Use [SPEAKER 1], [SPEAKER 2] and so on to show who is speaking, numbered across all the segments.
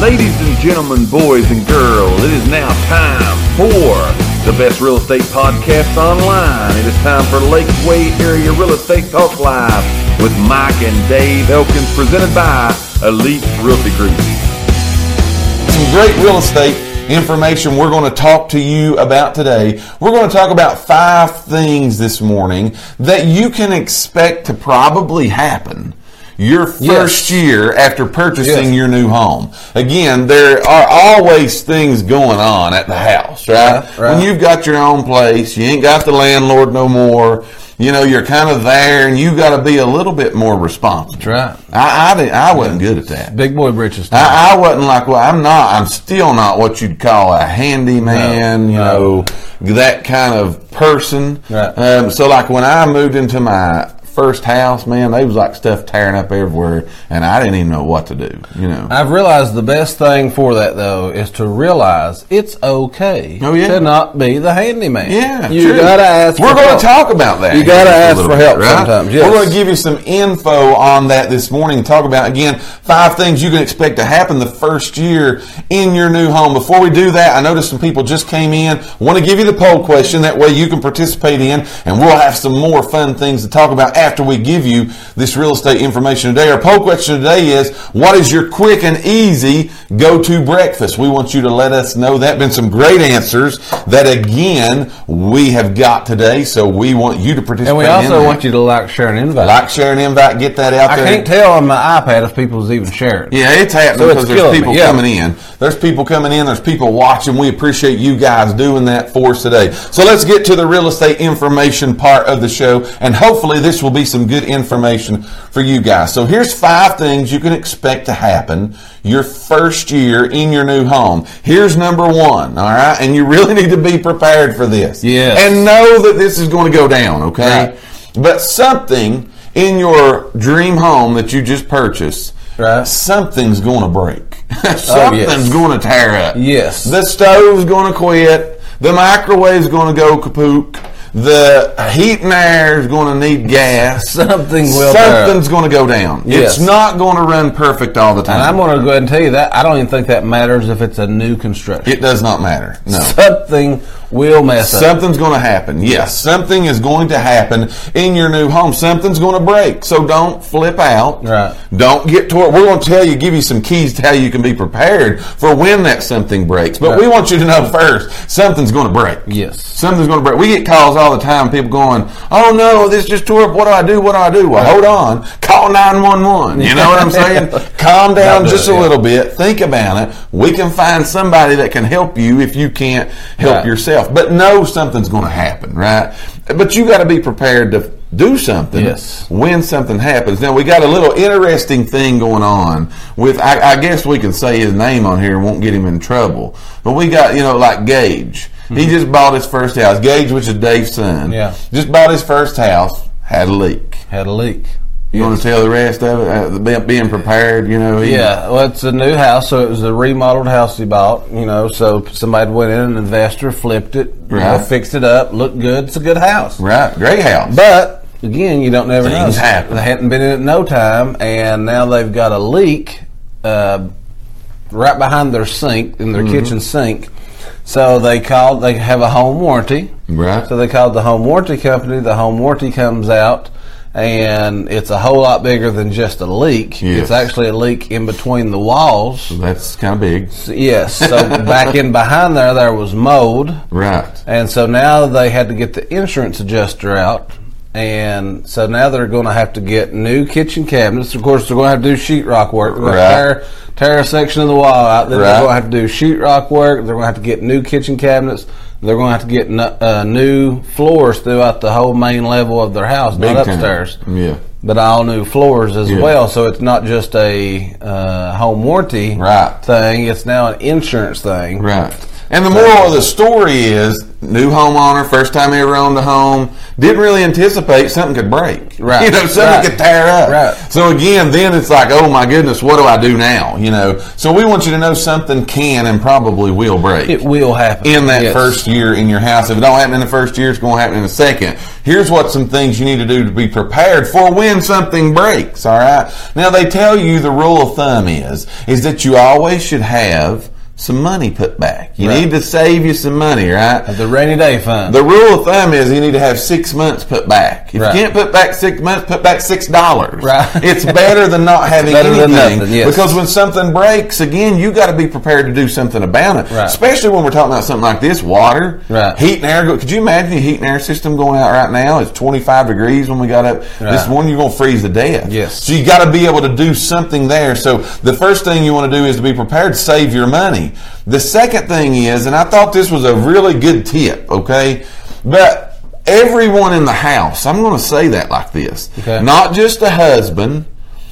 [SPEAKER 1] Ladies and gentlemen, boys and girls, it is now time for the best real estate podcast online. It is time for Lakeway Area Real Estate Talk Live with Mike and Dave Elkins, presented by Elite Realty Group. Some great real estate information we're going to talk to you about today. We're going to talk about five things this morning that you can expect to probably happen your first year after purchasing
[SPEAKER 2] Yes.
[SPEAKER 1] your new home. Again, there are always things going on at the house, right?
[SPEAKER 2] Right, right.
[SPEAKER 1] When you've got your own place, you ain't got the landlord no more. You know, you're kind of there, and you got to be a little bit more responsible.
[SPEAKER 2] That's right.
[SPEAKER 1] I I, didn't, I wasn't good at that.
[SPEAKER 2] Big boy britches. time.
[SPEAKER 1] I, I wasn't like, well, I'm not. I'm still not what you'd call a handyman, you
[SPEAKER 2] no.
[SPEAKER 1] know, that kind of person.
[SPEAKER 2] Right.
[SPEAKER 1] Um, so, like when I moved into my first house, man, they was like stuff tearing up everywhere, and I didn't even know what to do. You know,
[SPEAKER 2] I've realized the best thing for that though is to realize it's okay
[SPEAKER 1] Oh, yeah.
[SPEAKER 2] to not be the handyman.
[SPEAKER 1] yeah,
[SPEAKER 2] you
[SPEAKER 1] true.
[SPEAKER 2] gotta ask.
[SPEAKER 1] We're
[SPEAKER 2] for
[SPEAKER 1] going
[SPEAKER 2] help.
[SPEAKER 1] to talk about that.
[SPEAKER 2] You
[SPEAKER 1] here
[SPEAKER 2] gotta
[SPEAKER 1] just a
[SPEAKER 2] ask
[SPEAKER 1] little
[SPEAKER 2] for help sometimes, yes.
[SPEAKER 1] We're going to give you some info on that this morning. Talk about again five things you can expect to happen the first year in your new home. Before we do that, I noticed some people just came in. Want to give you the poll question that way you can participate in, and we'll have some more fun things to talk about after we give you this real estate information today. Our poll question today is: What is your quick and easy go-to breakfast? We want you to let us know that. Been some great answers that again we have got today, so we want you to participate.
[SPEAKER 2] And we
[SPEAKER 1] in
[SPEAKER 2] also
[SPEAKER 1] that.
[SPEAKER 2] want you to like, share, and invite.
[SPEAKER 1] Like, share, and invite. Get that out
[SPEAKER 2] I
[SPEAKER 1] there.
[SPEAKER 2] can't tell on my iPad if people's even sharing.
[SPEAKER 1] Yeah, it's happening
[SPEAKER 2] So it's
[SPEAKER 1] because there's
[SPEAKER 2] killing me,
[SPEAKER 1] people
[SPEAKER 2] yeah.
[SPEAKER 1] coming in. There's people coming in. There's people watching. We appreciate you guys doing that for us today. So let's get to the real estate information part of the show, and hopefully this will be some good information for you guys. So here's five things you can expect to happen your first year in your new home. Here's number one. All right, and you really need to be prepared for this.
[SPEAKER 2] Yes.
[SPEAKER 1] and know that this is going to go down. Okay,
[SPEAKER 2] Right.
[SPEAKER 1] but something. In your dream home that you just purchased,
[SPEAKER 2] Right.
[SPEAKER 1] something's going to break. something's going to tear up.
[SPEAKER 2] Oh, Yes.
[SPEAKER 1] The stove's going to quit. The microwave's going to go kapook. The heat and air is going to need gas.
[SPEAKER 2] Something will tear up.
[SPEAKER 1] Something's going to go down.
[SPEAKER 2] Yes.
[SPEAKER 1] It's not going to run perfect all the
[SPEAKER 2] And
[SPEAKER 1] time.
[SPEAKER 2] I'm going to go ahead and tell you that I don't even think that matters if it's a new construction.
[SPEAKER 1] it does not matter. No.
[SPEAKER 2] Something will mess up.
[SPEAKER 1] Something's going to happen. Yes, something is going to happen in your new home. Something's going to break. So don't flip out.
[SPEAKER 2] Right.
[SPEAKER 1] Don't get to it. We're going to tell you, give you some keys to how you can be prepared for when that something breaks. But we
[SPEAKER 2] Right.
[SPEAKER 1] want you to know first, something's going to break.
[SPEAKER 2] Yes.
[SPEAKER 1] Something's going to break. We get calls all the time. People going, "Oh no, this just tore up. What do I do? What do I do?" Well, hold on. Call nine one one. You know what I'm saying? Calm down
[SPEAKER 2] That'll do
[SPEAKER 1] just
[SPEAKER 2] it,
[SPEAKER 1] a
[SPEAKER 2] yeah.
[SPEAKER 1] little bit. Think about it. We can find somebody that can help you if you can't help
[SPEAKER 2] Right.
[SPEAKER 1] yourself. But know something's going to happen, right? But you got to be prepared to do something
[SPEAKER 2] Yes.
[SPEAKER 1] when something happens. Now we got a little interesting thing going on with. I, I guess we can say his name on here and won't get him in trouble. But we got you know like Gage. He just bought his first house. Gage, which is Dave's son,
[SPEAKER 2] Mm-hmm. Yeah.
[SPEAKER 1] just bought his first house. Had a leak.
[SPEAKER 2] Had a leak.
[SPEAKER 1] You want to tell the rest of it? Uh, the be- being prepared, you know. he-
[SPEAKER 2] Yeah, well, it's a new house, so it was a remodeled house he bought. You know, so somebody went in, an investor flipped it, you know,
[SPEAKER 1] Right.
[SPEAKER 2] fixed it up, looked good. It's a good house,
[SPEAKER 1] Right. Great house.
[SPEAKER 2] but again, you don't never
[SPEAKER 1] Things
[SPEAKER 2] know.
[SPEAKER 1] happen.
[SPEAKER 2] They hadn't been in it no time, and now they've got a leak uh, right behind their sink in
[SPEAKER 1] Mm-hmm.
[SPEAKER 2] their kitchen sink. So they called. They have a home warranty.
[SPEAKER 1] Right.
[SPEAKER 2] So they called the home warranty company. The home warranty comes out, and it's a whole lot bigger than just a
[SPEAKER 1] Yes.
[SPEAKER 2] leak.
[SPEAKER 1] Mm-hmm.
[SPEAKER 2] It's actually a leak in between the walls.
[SPEAKER 1] That's kind of big.
[SPEAKER 2] Yes. So back in behind there, there was mold.
[SPEAKER 1] Right.
[SPEAKER 2] And so now they had to get the insurance adjuster out. And so now they're going to have to get new kitchen cabinets. Of course, they're going to have to do sheetrock work. They're going
[SPEAKER 1] Right.
[SPEAKER 2] to tear, tear a section of the wall out. Then
[SPEAKER 1] Right.
[SPEAKER 2] they're going to have to do sheetrock work. They're going to have to get new kitchen cabinets. They're going to have to get n- uh, new floors throughout the whole main level of their house,
[SPEAKER 1] Big
[SPEAKER 2] not
[SPEAKER 1] time.
[SPEAKER 2] upstairs,
[SPEAKER 1] Yeah.
[SPEAKER 2] but all new floors as
[SPEAKER 1] Yeah.
[SPEAKER 2] well. So it's not just a uh, home warranty
[SPEAKER 1] Right.
[SPEAKER 2] thing; it's now an insurance thing.
[SPEAKER 1] Right. And the moral of the story is new homeowner, first time he ever owned a home, didn't really anticipate something could break.
[SPEAKER 2] Right.
[SPEAKER 1] You know, something
[SPEAKER 2] Right.
[SPEAKER 1] could tear up.
[SPEAKER 2] Right.
[SPEAKER 1] So again, then it's like, oh my goodness, what do I do now? You know. So we want you to know something can and probably will break
[SPEAKER 2] It will happen
[SPEAKER 1] in that
[SPEAKER 2] Yes.
[SPEAKER 1] first year in your house. If it don't happen in the first year, it's going to happen in the second. Here's what some things you need to do to be prepared for when something breaks. All right. Now they tell you the rule of thumb is is that you always should have some money put back. You
[SPEAKER 2] Right.
[SPEAKER 1] need to save you some money, right?
[SPEAKER 2] the rainy day fund.
[SPEAKER 1] The rule of thumb is you need to have six months put back. If
[SPEAKER 2] Right.
[SPEAKER 1] you can't put back six months, put back six dollars.
[SPEAKER 2] Right.
[SPEAKER 1] It's better than not having
[SPEAKER 2] better
[SPEAKER 1] anything.
[SPEAKER 2] than nothing, yes.
[SPEAKER 1] Because when something breaks, again, you got to be prepared to do something about it.
[SPEAKER 2] Right.
[SPEAKER 1] Especially when we're talking about something like this: water,
[SPEAKER 2] Right.
[SPEAKER 1] heat and air. go- Could you imagine the heat and air system going out right now? It's twenty five degrees when we got up this
[SPEAKER 2] Right.
[SPEAKER 1] morning. You're gonna freeze to death.
[SPEAKER 2] Yes.
[SPEAKER 1] So you got to be able to do something there. So the first thing you want to do is to be prepared, save your money. The second thing is, and I thought this was a really good tip, okay? But everyone in the house, I'm going to say that like this.
[SPEAKER 2] Okay.
[SPEAKER 1] Not just a husband,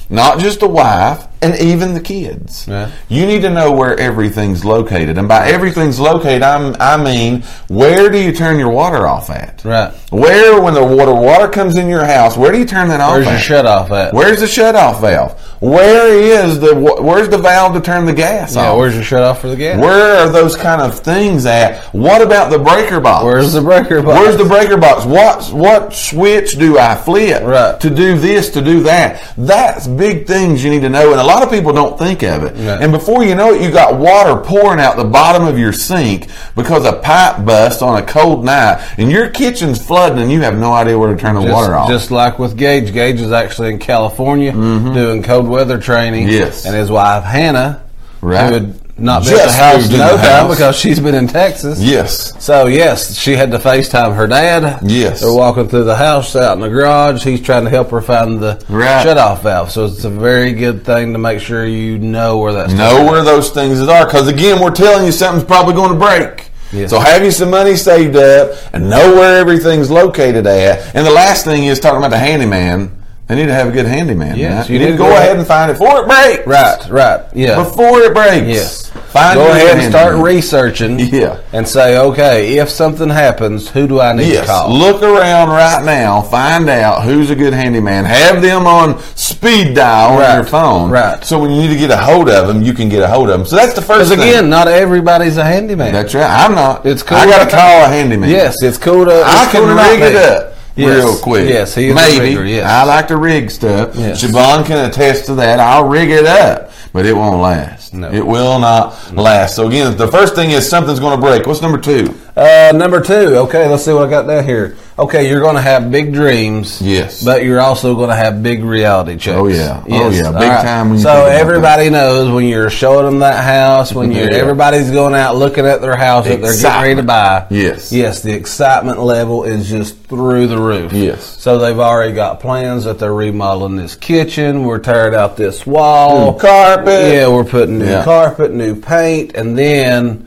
[SPEAKER 1] not just a wife, and even the kids.
[SPEAKER 2] Yeah.
[SPEAKER 1] You need to know where everything's located. And by everything's located, I'm, I mean, where do you turn your water off at?
[SPEAKER 2] right.
[SPEAKER 1] Where, when the water water comes in your house, where do you turn that off
[SPEAKER 2] Where's
[SPEAKER 1] at?
[SPEAKER 2] your shut off at?
[SPEAKER 1] Where's the shutoff valve? Where is the wh- where's the valve to turn the gas
[SPEAKER 2] yeah,
[SPEAKER 1] off?
[SPEAKER 2] where's your shut off for the gas?
[SPEAKER 1] Where are those kind of things at? What about the breaker box?
[SPEAKER 2] Where's the breaker box?
[SPEAKER 1] Where's the breaker box? What what switch do I flip
[SPEAKER 2] Right.
[SPEAKER 1] to do this to do that? That's big things you need to know, and a lot of people don't think of it.
[SPEAKER 2] Right.
[SPEAKER 1] And before you know it, you got water pouring out the bottom of your sink because a pipe bust on a cold night, and your kitchen's flooding, and you have no idea where to turn the
[SPEAKER 2] just,
[SPEAKER 1] water off.
[SPEAKER 2] Just like with Gage. Gage is actually in California doing cold weather training.
[SPEAKER 1] Mm-hmm. Yes.
[SPEAKER 2] And his wife Hannah,
[SPEAKER 1] Right.
[SPEAKER 2] who had not been
[SPEAKER 1] Just
[SPEAKER 2] at the house
[SPEAKER 1] moved
[SPEAKER 2] in
[SPEAKER 1] in
[SPEAKER 2] no
[SPEAKER 1] the
[SPEAKER 2] time
[SPEAKER 1] house.
[SPEAKER 2] because she's been in Texas.
[SPEAKER 1] yes.
[SPEAKER 2] So yes, she had to FaceTime her dad.
[SPEAKER 1] Yes.
[SPEAKER 2] They're walking through the house out in the garage. He's trying to help her find the
[SPEAKER 1] Right.
[SPEAKER 2] shut-off valve. So it's a very good thing to make sure you know where that's
[SPEAKER 1] Know where those things are, because again, we're telling you something's probably going to break.
[SPEAKER 2] Yes.
[SPEAKER 1] So have you some money saved up and know where everything's located at. And the last thing is talking about the handyman. They need to have a good handyman.
[SPEAKER 2] Yes,
[SPEAKER 1] right? you, need, to go, ahead and find it before it breaks.
[SPEAKER 2] Right, right. Yeah.
[SPEAKER 1] Before it breaks.
[SPEAKER 2] Yes.
[SPEAKER 1] Find
[SPEAKER 2] Go
[SPEAKER 1] your
[SPEAKER 2] ahead and start
[SPEAKER 1] handyman.
[SPEAKER 2] researching.
[SPEAKER 1] Yeah.
[SPEAKER 2] And say, okay, if something happens, who do I need to
[SPEAKER 1] Yes.
[SPEAKER 2] call?
[SPEAKER 1] Look around right now. Find out who's a good handyman. Have them on speed dial
[SPEAKER 2] Right.
[SPEAKER 1] on your phone.
[SPEAKER 2] Right.
[SPEAKER 1] So when you need to get a hold of them, you can get a hold of them. So that's the first
[SPEAKER 2] Because
[SPEAKER 1] thing.
[SPEAKER 2] again, not everybody's a handyman.
[SPEAKER 1] That's right. I'm not.
[SPEAKER 2] It's cool.
[SPEAKER 1] I got to call a handyman.
[SPEAKER 2] yes, it's cool to.
[SPEAKER 1] I
[SPEAKER 2] it's cool
[SPEAKER 1] can
[SPEAKER 2] to not
[SPEAKER 1] rig it
[SPEAKER 2] be.
[SPEAKER 1] up
[SPEAKER 2] Yes.
[SPEAKER 1] real quick.
[SPEAKER 2] Yes, he is a
[SPEAKER 1] Maybe.
[SPEAKER 2] rigger, yes.
[SPEAKER 1] I like to rig stuff.
[SPEAKER 2] Yes.
[SPEAKER 1] Siobhan can attest to that. I'll rig it up, but it won't last.
[SPEAKER 2] No.
[SPEAKER 1] It will not last. So again, the first thing is something's going to break. What's number two?
[SPEAKER 2] Uh, number two. Okay, let's see what I got down here. Okay, you're going to have big dreams.
[SPEAKER 1] Yes.
[SPEAKER 2] But you're also going to have big reality checks.
[SPEAKER 1] Oh, yeah. Oh, yeah.
[SPEAKER 2] All
[SPEAKER 1] Big time when you think
[SPEAKER 2] so
[SPEAKER 1] about
[SPEAKER 2] everybody knows when you're showing them that house, when you're
[SPEAKER 1] Yeah.
[SPEAKER 2] everybody's going out looking at their house that they're getting ready to
[SPEAKER 1] Excitement.
[SPEAKER 2] buy.
[SPEAKER 1] Yes.
[SPEAKER 2] Yes, the excitement level is just through the roof.
[SPEAKER 1] Yes.
[SPEAKER 2] So they've already got plans that they're remodeling this kitchen. We're tearing out this wall.
[SPEAKER 1] New carpet.
[SPEAKER 2] Yeah, we're putting new
[SPEAKER 1] Yeah.
[SPEAKER 2] carpet, new paint, and then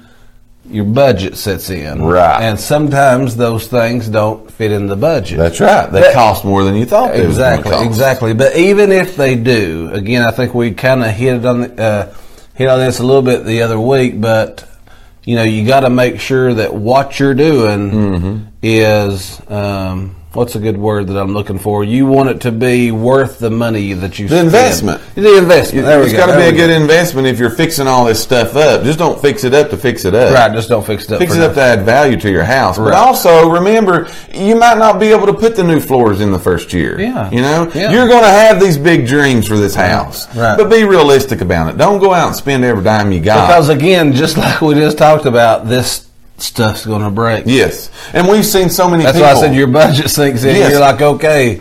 [SPEAKER 2] your budget sets in.
[SPEAKER 1] Right.
[SPEAKER 2] And sometimes those things don't fit in the budget.
[SPEAKER 1] That's right. They
[SPEAKER 2] That-
[SPEAKER 1] cost more than you thought. They was gonna
[SPEAKER 2] exactly,
[SPEAKER 1] cost.
[SPEAKER 2] exactly. But even if they do, again, I think we kind of hit it on the, uh, hit on this a little bit the other week. But you know, you got to make sure that what you're doing
[SPEAKER 1] Mm-hmm.
[SPEAKER 2] is um, what's a good word that I'm looking for. You want it to be worth the money that you
[SPEAKER 1] The
[SPEAKER 2] spend.
[SPEAKER 1] investment.
[SPEAKER 2] The investment. There we
[SPEAKER 1] It's
[SPEAKER 2] go.
[SPEAKER 1] got to be
[SPEAKER 2] There
[SPEAKER 1] a
[SPEAKER 2] we
[SPEAKER 1] good
[SPEAKER 2] go.
[SPEAKER 1] investment if you're fixing all this stuff up. Just don't fix it up to fix it up.
[SPEAKER 2] Right. Just don't fix it up.
[SPEAKER 1] Fix
[SPEAKER 2] for
[SPEAKER 1] it up
[SPEAKER 2] nothing.
[SPEAKER 1] to add value to your house. But
[SPEAKER 2] Right.
[SPEAKER 1] also remember, you might not be able to put the new floors in the first year.
[SPEAKER 2] Yeah.
[SPEAKER 1] You know?
[SPEAKER 2] Yeah.
[SPEAKER 1] You're gonna have these big dreams for this house.
[SPEAKER 2] Right.
[SPEAKER 1] But be realistic about it. Don't go out and spend every dime you got.
[SPEAKER 2] Because again, just like we just talked about, this stuff's going to break.
[SPEAKER 1] Yes. And we've seen so many
[SPEAKER 2] That's
[SPEAKER 1] people.
[SPEAKER 2] why I said your budget sinks in.
[SPEAKER 1] Yes.
[SPEAKER 2] You're like, okay.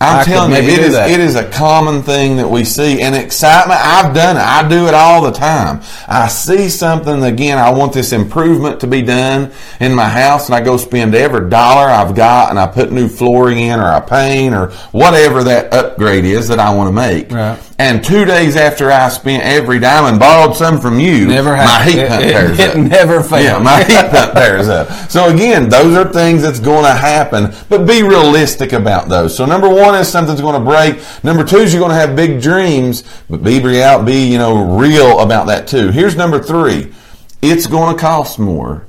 [SPEAKER 1] I'm
[SPEAKER 2] I could
[SPEAKER 1] telling you,
[SPEAKER 2] maybe
[SPEAKER 1] it
[SPEAKER 2] do
[SPEAKER 1] is
[SPEAKER 2] that.
[SPEAKER 1] it is a common thing that we see, and excitement. I've done it. I do it all the time. I see something again. I want this improvement to be done in my house, and I go spend every dollar I've got, and I put new flooring in, or I paint, or whatever that upgrade is that I want to make.
[SPEAKER 2] Right.
[SPEAKER 1] And two days after I spent every dime and borrowed some from you,
[SPEAKER 2] Never
[SPEAKER 1] my
[SPEAKER 2] happened.
[SPEAKER 1] heat
[SPEAKER 2] It-
[SPEAKER 1] pump
[SPEAKER 2] it-
[SPEAKER 1] tears
[SPEAKER 2] it
[SPEAKER 1] up.
[SPEAKER 2] never failed.
[SPEAKER 1] Yeah, my heat pump tears up. So again, those are things that's going to happen, but be realistic about those. So number one is something's going to break. Number two is you're going to have big dreams, but be real, be you know real about that too. Here's number three. it's going to cost more.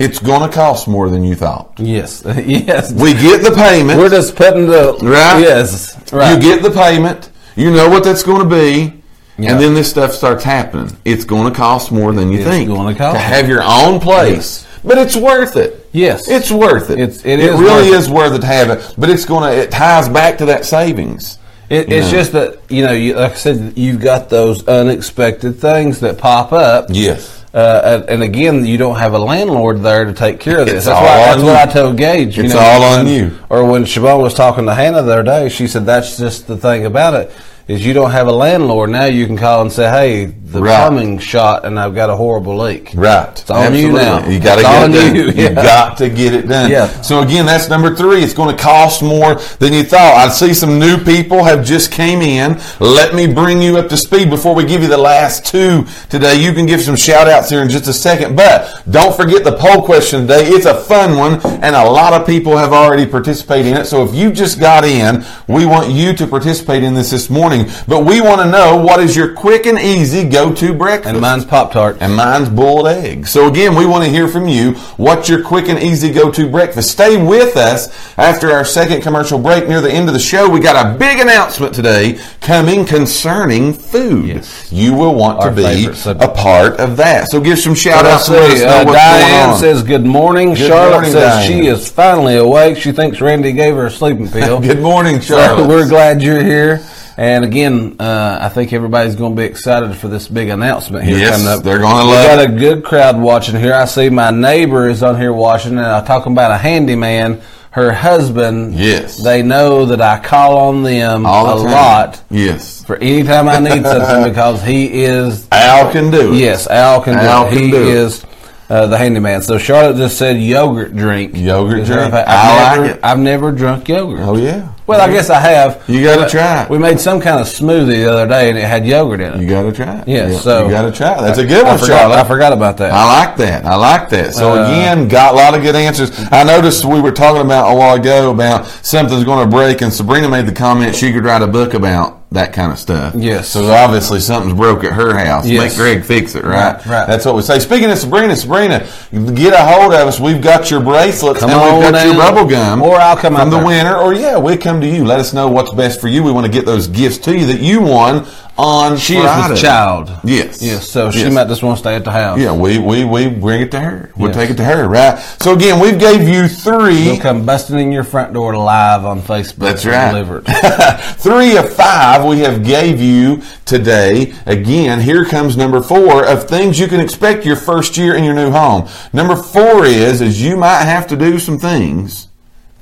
[SPEAKER 1] It's going to cost more than you thought.
[SPEAKER 2] Yes. yes.
[SPEAKER 1] We get the payment.
[SPEAKER 2] We're just putting the
[SPEAKER 1] Right.
[SPEAKER 2] Yes. Right.
[SPEAKER 1] You get the payment. You know what that's going to be.
[SPEAKER 2] Yeah.
[SPEAKER 1] And then this stuff starts happening. It's going to cost more than you
[SPEAKER 2] It's
[SPEAKER 1] think
[SPEAKER 2] gonna cost.
[SPEAKER 1] to have your own place, but it's worth it.
[SPEAKER 2] Yes.
[SPEAKER 1] it's worth it.
[SPEAKER 2] It's- it is
[SPEAKER 1] really
[SPEAKER 2] worth it.
[SPEAKER 1] is worth it to have it. But it's going to. It ties back to that savings.
[SPEAKER 2] It, it's just that you know, you, like I said, you've got those unexpected things that pop up.
[SPEAKER 1] Yes.
[SPEAKER 2] Uh, and- and again, you don't have a landlord there to take care of this.
[SPEAKER 1] It's
[SPEAKER 2] that's
[SPEAKER 1] all
[SPEAKER 2] why,
[SPEAKER 1] on
[SPEAKER 2] that's what
[SPEAKER 1] you.
[SPEAKER 2] I told Gage.
[SPEAKER 1] It's all on you.
[SPEAKER 2] Or when Siobhan was talking to Hannah the other day, she said that's just the thing about it is you don't have a landlord now. You can call and say, "Hey, the
[SPEAKER 1] Right.
[SPEAKER 2] plumbing's shot, and I've got a horrible leak."
[SPEAKER 1] Right.
[SPEAKER 2] It's on you now.
[SPEAKER 1] You got to
[SPEAKER 2] It's
[SPEAKER 1] get
[SPEAKER 2] on
[SPEAKER 1] it done.
[SPEAKER 2] you,
[SPEAKER 1] You,
[SPEAKER 2] yeah.
[SPEAKER 1] got to get it done.
[SPEAKER 2] Yeah.
[SPEAKER 1] So again, that's number three. It's going to cost more than you thought. I see some new people have just came in. Let me bring you up to speed before we give you the last two today. You can give some shout outs here in just a second, but don't forget the poll question today. It's a fun one and a lot of people have already participated in it. So if you just got in, we want you to participate in this this morning, but we want to know what is your quick and easy go-to breakfast?
[SPEAKER 2] And mine's Pop Tart.
[SPEAKER 1] and mine's boiled eggs. So again, we want to hear from you. What's your quick and easy go-to breakfast? Stay with us after our second commercial break near the end of the show. We got a big announcement today coming concerning food.
[SPEAKER 2] Yes.
[SPEAKER 1] You will want
[SPEAKER 2] Our
[SPEAKER 1] to be
[SPEAKER 2] favorite subject.
[SPEAKER 1] a part of that. So give some shout
[SPEAKER 2] But I
[SPEAKER 1] outs and let us
[SPEAKER 2] see,
[SPEAKER 1] know
[SPEAKER 2] uh,
[SPEAKER 1] what's going
[SPEAKER 2] Diane
[SPEAKER 1] on.
[SPEAKER 2] says good morning.
[SPEAKER 1] Good
[SPEAKER 2] Charlotte
[SPEAKER 1] morning,
[SPEAKER 2] says
[SPEAKER 1] Diane.
[SPEAKER 2] she is finally awake. She thinks Randy gave her a sleeping pill.
[SPEAKER 1] Good morning,
[SPEAKER 2] So
[SPEAKER 1] Charlotte.
[SPEAKER 2] we're glad you're here. And again, uh, I think everybody's going to be excited for this big announcement here
[SPEAKER 1] Yes,
[SPEAKER 2] coming up.
[SPEAKER 1] they're gonna
[SPEAKER 2] We
[SPEAKER 1] love
[SPEAKER 2] got
[SPEAKER 1] it.
[SPEAKER 2] a good crowd watching here. I see my neighbor is on here watching, and I'm talking about a handyman. Her husband.
[SPEAKER 1] Yes.
[SPEAKER 2] They know that I call on them
[SPEAKER 1] All
[SPEAKER 2] a
[SPEAKER 1] the time.
[SPEAKER 2] lot
[SPEAKER 1] Yes.
[SPEAKER 2] for any time I need something because he is
[SPEAKER 1] Al can do it.
[SPEAKER 2] Yes, Al can
[SPEAKER 1] Al
[SPEAKER 2] do it.
[SPEAKER 1] can
[SPEAKER 2] he
[SPEAKER 1] do it.
[SPEAKER 2] is uh, the handyman. So Charlotte just said yogurt drink.
[SPEAKER 1] Yogurt
[SPEAKER 2] Is
[SPEAKER 1] drink.
[SPEAKER 2] her fa-
[SPEAKER 1] I
[SPEAKER 2] I've
[SPEAKER 1] like
[SPEAKER 2] never,
[SPEAKER 1] it.
[SPEAKER 2] I've never drunk yogurt.
[SPEAKER 1] Oh yeah.
[SPEAKER 2] Well, I guess I have.
[SPEAKER 1] You gotta
[SPEAKER 2] But
[SPEAKER 1] try it.
[SPEAKER 2] We made some kind of smoothie the other day, and it had yogurt in it.
[SPEAKER 1] You got to try it.
[SPEAKER 2] yeah,
[SPEAKER 1] Yeah,
[SPEAKER 2] so
[SPEAKER 1] you got to try it. That's a good
[SPEAKER 2] I
[SPEAKER 1] one,
[SPEAKER 2] forgot,
[SPEAKER 1] Charlotte.
[SPEAKER 2] I forgot about that.
[SPEAKER 1] I like that. I like that. So
[SPEAKER 2] Uh,
[SPEAKER 1] again, got a lot of good answers. I noticed we were talking about a while ago about something's going to break, and Sabrina made the comment she could write a book about that kind of stuff.
[SPEAKER 2] Yes.
[SPEAKER 1] So obviously something's broke at her house.
[SPEAKER 2] Yes.
[SPEAKER 1] Make Greg fix it, right?
[SPEAKER 2] Right, right.
[SPEAKER 1] That's what we say. Speaking of Sabrina, Sabrina, get a hold of us. We've got your bracelets
[SPEAKER 2] Come
[SPEAKER 1] and
[SPEAKER 2] on
[SPEAKER 1] we've got your
[SPEAKER 2] down.
[SPEAKER 1] bubble gum.
[SPEAKER 2] Or I'll come
[SPEAKER 1] from
[SPEAKER 2] out
[SPEAKER 1] the
[SPEAKER 2] there.
[SPEAKER 1] winner, or yeah, we'll come to you. Let us know what's best for you. We want to get those gifts to you that you won on
[SPEAKER 2] she is
[SPEAKER 1] Friday.
[SPEAKER 2] the child.
[SPEAKER 1] Yes.
[SPEAKER 2] Yes. So she
[SPEAKER 1] Yes.
[SPEAKER 2] might just want to stay at the house.
[SPEAKER 1] Yeah, we, we, we bring it to her. We'll
[SPEAKER 2] Yes.
[SPEAKER 1] take it to her, right? So again, we've gave you
[SPEAKER 2] She'll
[SPEAKER 1] three,
[SPEAKER 2] come busting in your front door live on Facebook.
[SPEAKER 1] That's
[SPEAKER 2] and
[SPEAKER 1] right.
[SPEAKER 2] Deliver it.
[SPEAKER 1] three of five we have gave you today. Again, here comes number four of things you can expect your first year in your new home. Number four is, is you might have to do some things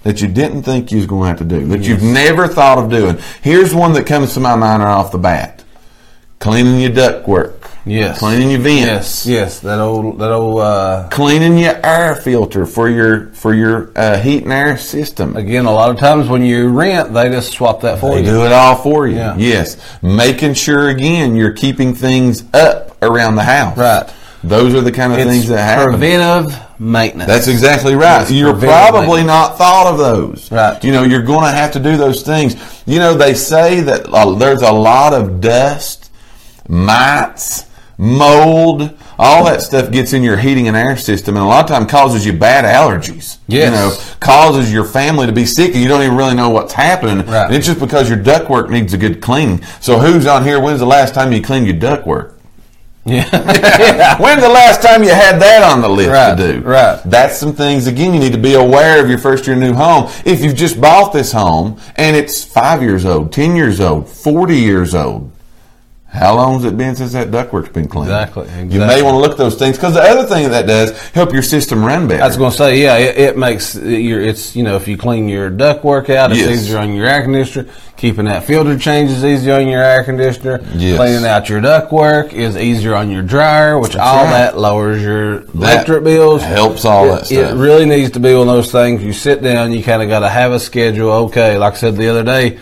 [SPEAKER 1] that you didn't think you was going to have to do, that you've never thought of doing. Here's one that comes to my mind right off the bat. Cleaning your ductwork.
[SPEAKER 2] Yes.
[SPEAKER 1] Cleaning your vents.
[SPEAKER 2] yes. Yes. That old. That old. Uh,
[SPEAKER 1] cleaning your air filter for your for your uh, heat and air system.
[SPEAKER 2] again, a lot of times when you rent, they just swap that for
[SPEAKER 1] They
[SPEAKER 2] you.
[SPEAKER 1] do it all for you.
[SPEAKER 2] Oh, Yeah.
[SPEAKER 1] Yes, making sure again you're keeping things up around the house.
[SPEAKER 2] Right.
[SPEAKER 1] Those are the kind of things
[SPEAKER 2] It's
[SPEAKER 1] that happen.
[SPEAKER 2] preventive maintenance.
[SPEAKER 1] That's exactly right.
[SPEAKER 2] It's
[SPEAKER 1] you're
[SPEAKER 2] preventative
[SPEAKER 1] probably
[SPEAKER 2] maintenance.
[SPEAKER 1] not thought of those.
[SPEAKER 2] Right.
[SPEAKER 1] You know, you're going to have to do those things. You know, they say that uh, there's a lot of dust, mites, mold, all that stuff gets in your heating and air system, and a lot of time causes you bad allergies. You
[SPEAKER 2] Yes.
[SPEAKER 1] know, causes your family to be sick, and you don't even really know what's happening.
[SPEAKER 2] Right.
[SPEAKER 1] And it's just because your ductwork needs a good cleaning. So, who's on here? When's the last time you cleaned your ductwork?
[SPEAKER 2] yeah.
[SPEAKER 1] When's the last time you had that on the list
[SPEAKER 2] Right,
[SPEAKER 1] to do?
[SPEAKER 2] right.
[SPEAKER 1] That's some things again you need to be aware of your first year new home. If you've just bought this home and it's five years old, ten years old, forty years old, how long's it been since that ductwork's been cleaned?
[SPEAKER 2] Exactly,
[SPEAKER 1] You may
[SPEAKER 2] exactly.
[SPEAKER 1] want to look at those things because the other thing that does help your system run better.
[SPEAKER 2] I was going to say, yeah, it, it makes your it's you know if you clean your ductwork out, it's
[SPEAKER 1] Yes.
[SPEAKER 2] easier on your air conditioner. Keeping that filter change is easy on your air conditioner.
[SPEAKER 1] Yes.
[SPEAKER 2] Cleaning out your ductwork is easier on your dryer, which all
[SPEAKER 1] right.
[SPEAKER 2] that lowers your
[SPEAKER 1] That
[SPEAKER 2] electric bills.
[SPEAKER 1] helps all
[SPEAKER 2] it,
[SPEAKER 1] that stuff.
[SPEAKER 2] It really needs to be one of those things. You sit down, you kind of got to have a schedule. Okay, like I said the other day.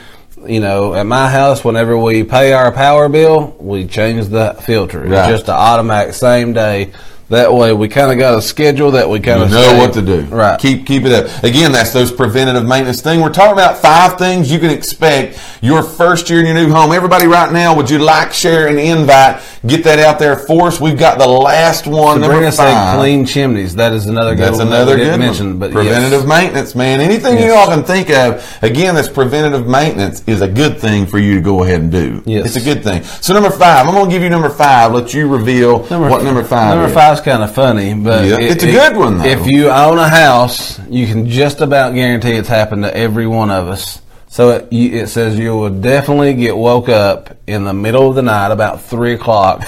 [SPEAKER 2] You know, at my house, whenever we pay our power bill, we change the filter. It's
[SPEAKER 1] Right.
[SPEAKER 2] just an automatic same day That way, we kind of got a schedule that we kind
[SPEAKER 1] You
[SPEAKER 2] of
[SPEAKER 1] know what to do.
[SPEAKER 2] Right.
[SPEAKER 1] Keep keep it up. Again, that's those preventative maintenance thing. We're talking about five things you can expect your first year in your new home. Everybody, right now, would you like, share, and invite? Get that out there for us. We've got the last one.
[SPEAKER 2] to
[SPEAKER 1] number
[SPEAKER 2] bring us
[SPEAKER 1] five.
[SPEAKER 2] a clean chimneys. That is another good.
[SPEAKER 1] That's
[SPEAKER 2] one that
[SPEAKER 1] another
[SPEAKER 2] we
[SPEAKER 1] good
[SPEAKER 2] didn't
[SPEAKER 1] one.
[SPEAKER 2] mention, but yes.
[SPEAKER 1] preventative maintenance, man. Anything you
[SPEAKER 2] Yes.
[SPEAKER 1] all can think of, again, that's preventative maintenance is a good thing for you to go ahead and do.
[SPEAKER 2] Yes.
[SPEAKER 1] It's a good thing. So number five, I'm gonna give you number five. Let you reveal what number five.
[SPEAKER 2] Number
[SPEAKER 1] is.
[SPEAKER 2] five's kind of funny, but
[SPEAKER 1] Yeah. It's a good one, though.
[SPEAKER 2] If you own a house, you can just about guarantee it's happened to every one of us. So it, you, it says you will definitely get woke up in the middle of the night, about three o'clock,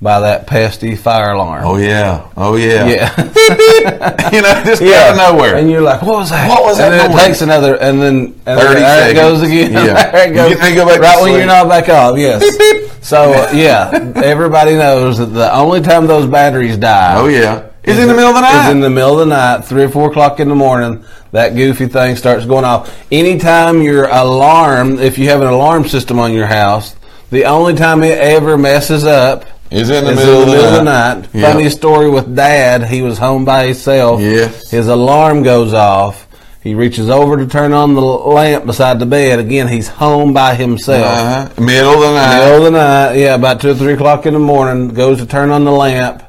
[SPEAKER 2] by that pesky fire alarm.
[SPEAKER 1] Oh yeah. Oh yeah.
[SPEAKER 2] yeah.
[SPEAKER 1] you know, just out of nowhere.
[SPEAKER 2] And you're like, what was that?
[SPEAKER 1] What was
[SPEAKER 2] and
[SPEAKER 1] that
[SPEAKER 2] Then it
[SPEAKER 1] noise?
[SPEAKER 2] takes another, and then and
[SPEAKER 1] 30
[SPEAKER 2] then there it
[SPEAKER 1] seconds.
[SPEAKER 2] goes again.
[SPEAKER 1] Yeah.
[SPEAKER 2] there it goes.
[SPEAKER 1] You think you'll make
[SPEAKER 2] right
[SPEAKER 1] me
[SPEAKER 2] when
[SPEAKER 1] sleep.
[SPEAKER 2] you're not back up, yes.
[SPEAKER 1] Beep, beep.
[SPEAKER 2] So, uh, yeah, everybody knows that the only time those batteries die.
[SPEAKER 1] Oh yeah. It's in the middle of the
[SPEAKER 2] Is
[SPEAKER 1] night.
[SPEAKER 2] in the middle of the night, three or four o'clock in the morning. That goofy thing starts going off. Anytime your alarm, if you have an alarm system on your house, the only time it ever messes up
[SPEAKER 1] It's in the
[SPEAKER 2] it's
[SPEAKER 1] middle,
[SPEAKER 2] in the middle of the night.
[SPEAKER 1] Yeah.
[SPEAKER 2] Funny story with Dad. He was home by himself.
[SPEAKER 1] Yes.
[SPEAKER 2] His alarm goes off. He reaches over to turn on the l- lamp beside the bed. Again, he's home by himself.
[SPEAKER 1] Uh-huh. Middle of the night.
[SPEAKER 2] Middle of the night. Yeah, about two or three o'clock in the morning. Goes to turn on the lamp.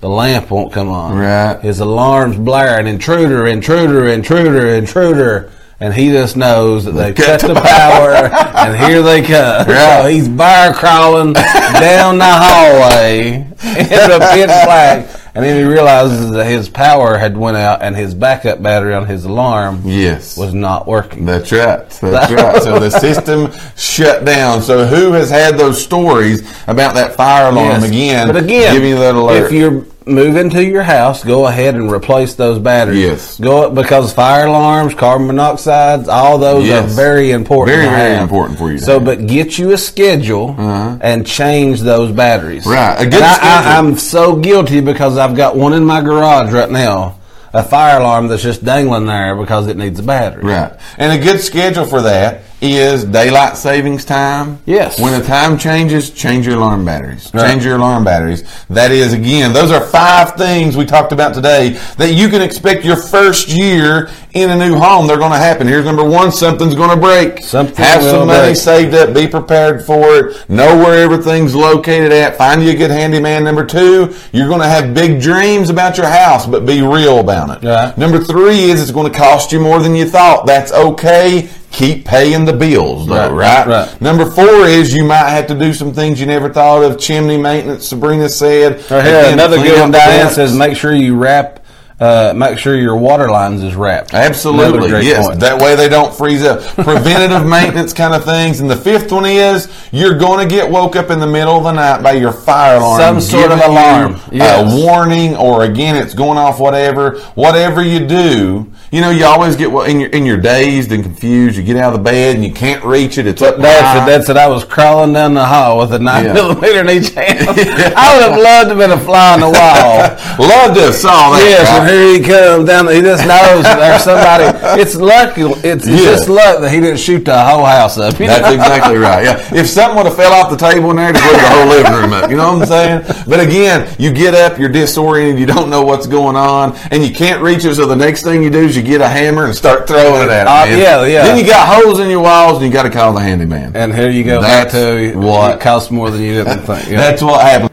[SPEAKER 2] The lamp won't come on.
[SPEAKER 1] Right.
[SPEAKER 2] His alarm's blaring. Intruder. Intruder. Intruder. Intruder. And he just knows that they've cut, the power, and here they come.
[SPEAKER 1] Yeah.
[SPEAKER 2] So he's bar crawling down the hallway in the pitch black, and then he realizes that his power had went out, and his backup battery on his alarm
[SPEAKER 1] Yes.
[SPEAKER 2] was not working.
[SPEAKER 1] That's right. That's right. So the system shut down. So who has had those stories about that fire alarm
[SPEAKER 2] Yes.
[SPEAKER 1] again?
[SPEAKER 2] But again,
[SPEAKER 1] giving you that alert.
[SPEAKER 2] If you're moving to your house, go ahead and replace those batteries.
[SPEAKER 1] Yes.
[SPEAKER 2] Go because fire alarms, carbon monoxides, all those
[SPEAKER 1] Yes.
[SPEAKER 2] are very important.
[SPEAKER 1] Very,
[SPEAKER 2] to
[SPEAKER 1] very
[SPEAKER 2] have.
[SPEAKER 1] important for you to
[SPEAKER 2] So,
[SPEAKER 1] have. Uh-huh.
[SPEAKER 2] but get you a schedule and change those batteries.
[SPEAKER 1] Right, a good
[SPEAKER 2] And I,
[SPEAKER 1] schedule.
[SPEAKER 2] I, I'm so guilty because I've got one in my garage right now. A fire alarm that's just dangling there because it needs a battery.
[SPEAKER 1] Right. And a good schedule for that is daylight savings time.
[SPEAKER 2] Yes.
[SPEAKER 1] When the time changes, change your alarm batteries.
[SPEAKER 2] Right.
[SPEAKER 1] Change your alarm batteries. That is, again, those are five things we talked about today that you can expect your first year in a new home. They're going to happen. Here's number one something's going to break.
[SPEAKER 2] Something
[SPEAKER 1] Have some
[SPEAKER 2] will
[SPEAKER 1] money
[SPEAKER 2] break.
[SPEAKER 1] saved up. Be prepared for it. Know where everything's located at. Find you a good handyman. Number two, you're going to have big dreams about your house, but be real about it.
[SPEAKER 2] Right.
[SPEAKER 1] Number three is it's going to cost you more than you thought. That's okay. Keep paying the bills, though, right?
[SPEAKER 2] Right, right.
[SPEAKER 1] Number four is you might have to do some things you never thought of. Chimney maintenance, Sabrina said.
[SPEAKER 2] Right here,
[SPEAKER 1] Again,
[SPEAKER 2] another
[SPEAKER 1] clean
[SPEAKER 2] good
[SPEAKER 1] up
[SPEAKER 2] one.
[SPEAKER 1] the
[SPEAKER 2] Diane
[SPEAKER 1] vents.
[SPEAKER 2] says, make sure you wrap, uh, make sure your water lines is wrapped. Another
[SPEAKER 1] Absolutely,
[SPEAKER 2] great
[SPEAKER 1] yes.
[SPEAKER 2] point.
[SPEAKER 1] That way they don't freeze up. Preventative maintenance kind of things. And the fifth one is you're going to get woke up in the middle of the night by your fire alarm.
[SPEAKER 2] Some sort of
[SPEAKER 1] giving you
[SPEAKER 2] alarm. Yes.
[SPEAKER 1] A warning, or again, it's going off whatever. Whatever you do, you know, you always get wo- in your in your dazed and confused. You get out of the bed and you can't reach it. It's up
[SPEAKER 2] That's
[SPEAKER 1] high.
[SPEAKER 2] it. That's it. I was crawling down the hall with a nine
[SPEAKER 1] Ah. Yeah.
[SPEAKER 2] millimeter in each hand. I would have loved to have been a fly on the wall.
[SPEAKER 1] Love to have saw that.
[SPEAKER 2] yes,
[SPEAKER 1] right?
[SPEAKER 2] and here he comes down. He just knows that there's somebody. It's lucky. It's
[SPEAKER 1] Yeah.
[SPEAKER 2] just luck that he didn't shoot the whole house up. you know?
[SPEAKER 1] That's exactly right. Yeah. If something would have fell off the table in there, it'd blew the whole living room up. You know what I'm saying? But again, you get up, you're disoriented, you don't know what's going on, and you can't reach it. So the next thing you do is you get a hammer and start throwing it at it.
[SPEAKER 2] Uh,
[SPEAKER 1] man.
[SPEAKER 2] yeah, yeah.
[SPEAKER 1] Then you got holes in your walls, and you got to call the handyman.
[SPEAKER 2] And here you go.
[SPEAKER 1] That's
[SPEAKER 2] back to
[SPEAKER 1] what-
[SPEAKER 2] it costs more than you didn't think. Yeah.
[SPEAKER 1] That's what happens.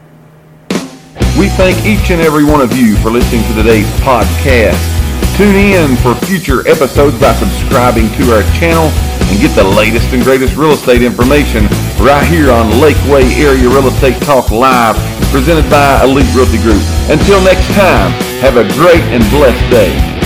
[SPEAKER 3] We thank each and every one of you for listening to today's podcast. Tune in for future episodes by subscribing to our channel and get the latest and greatest real estate information right here on Lakeway Area Real Estate Talk Live, presented by Elite Realty Group. Until next time, have a great and blessed day.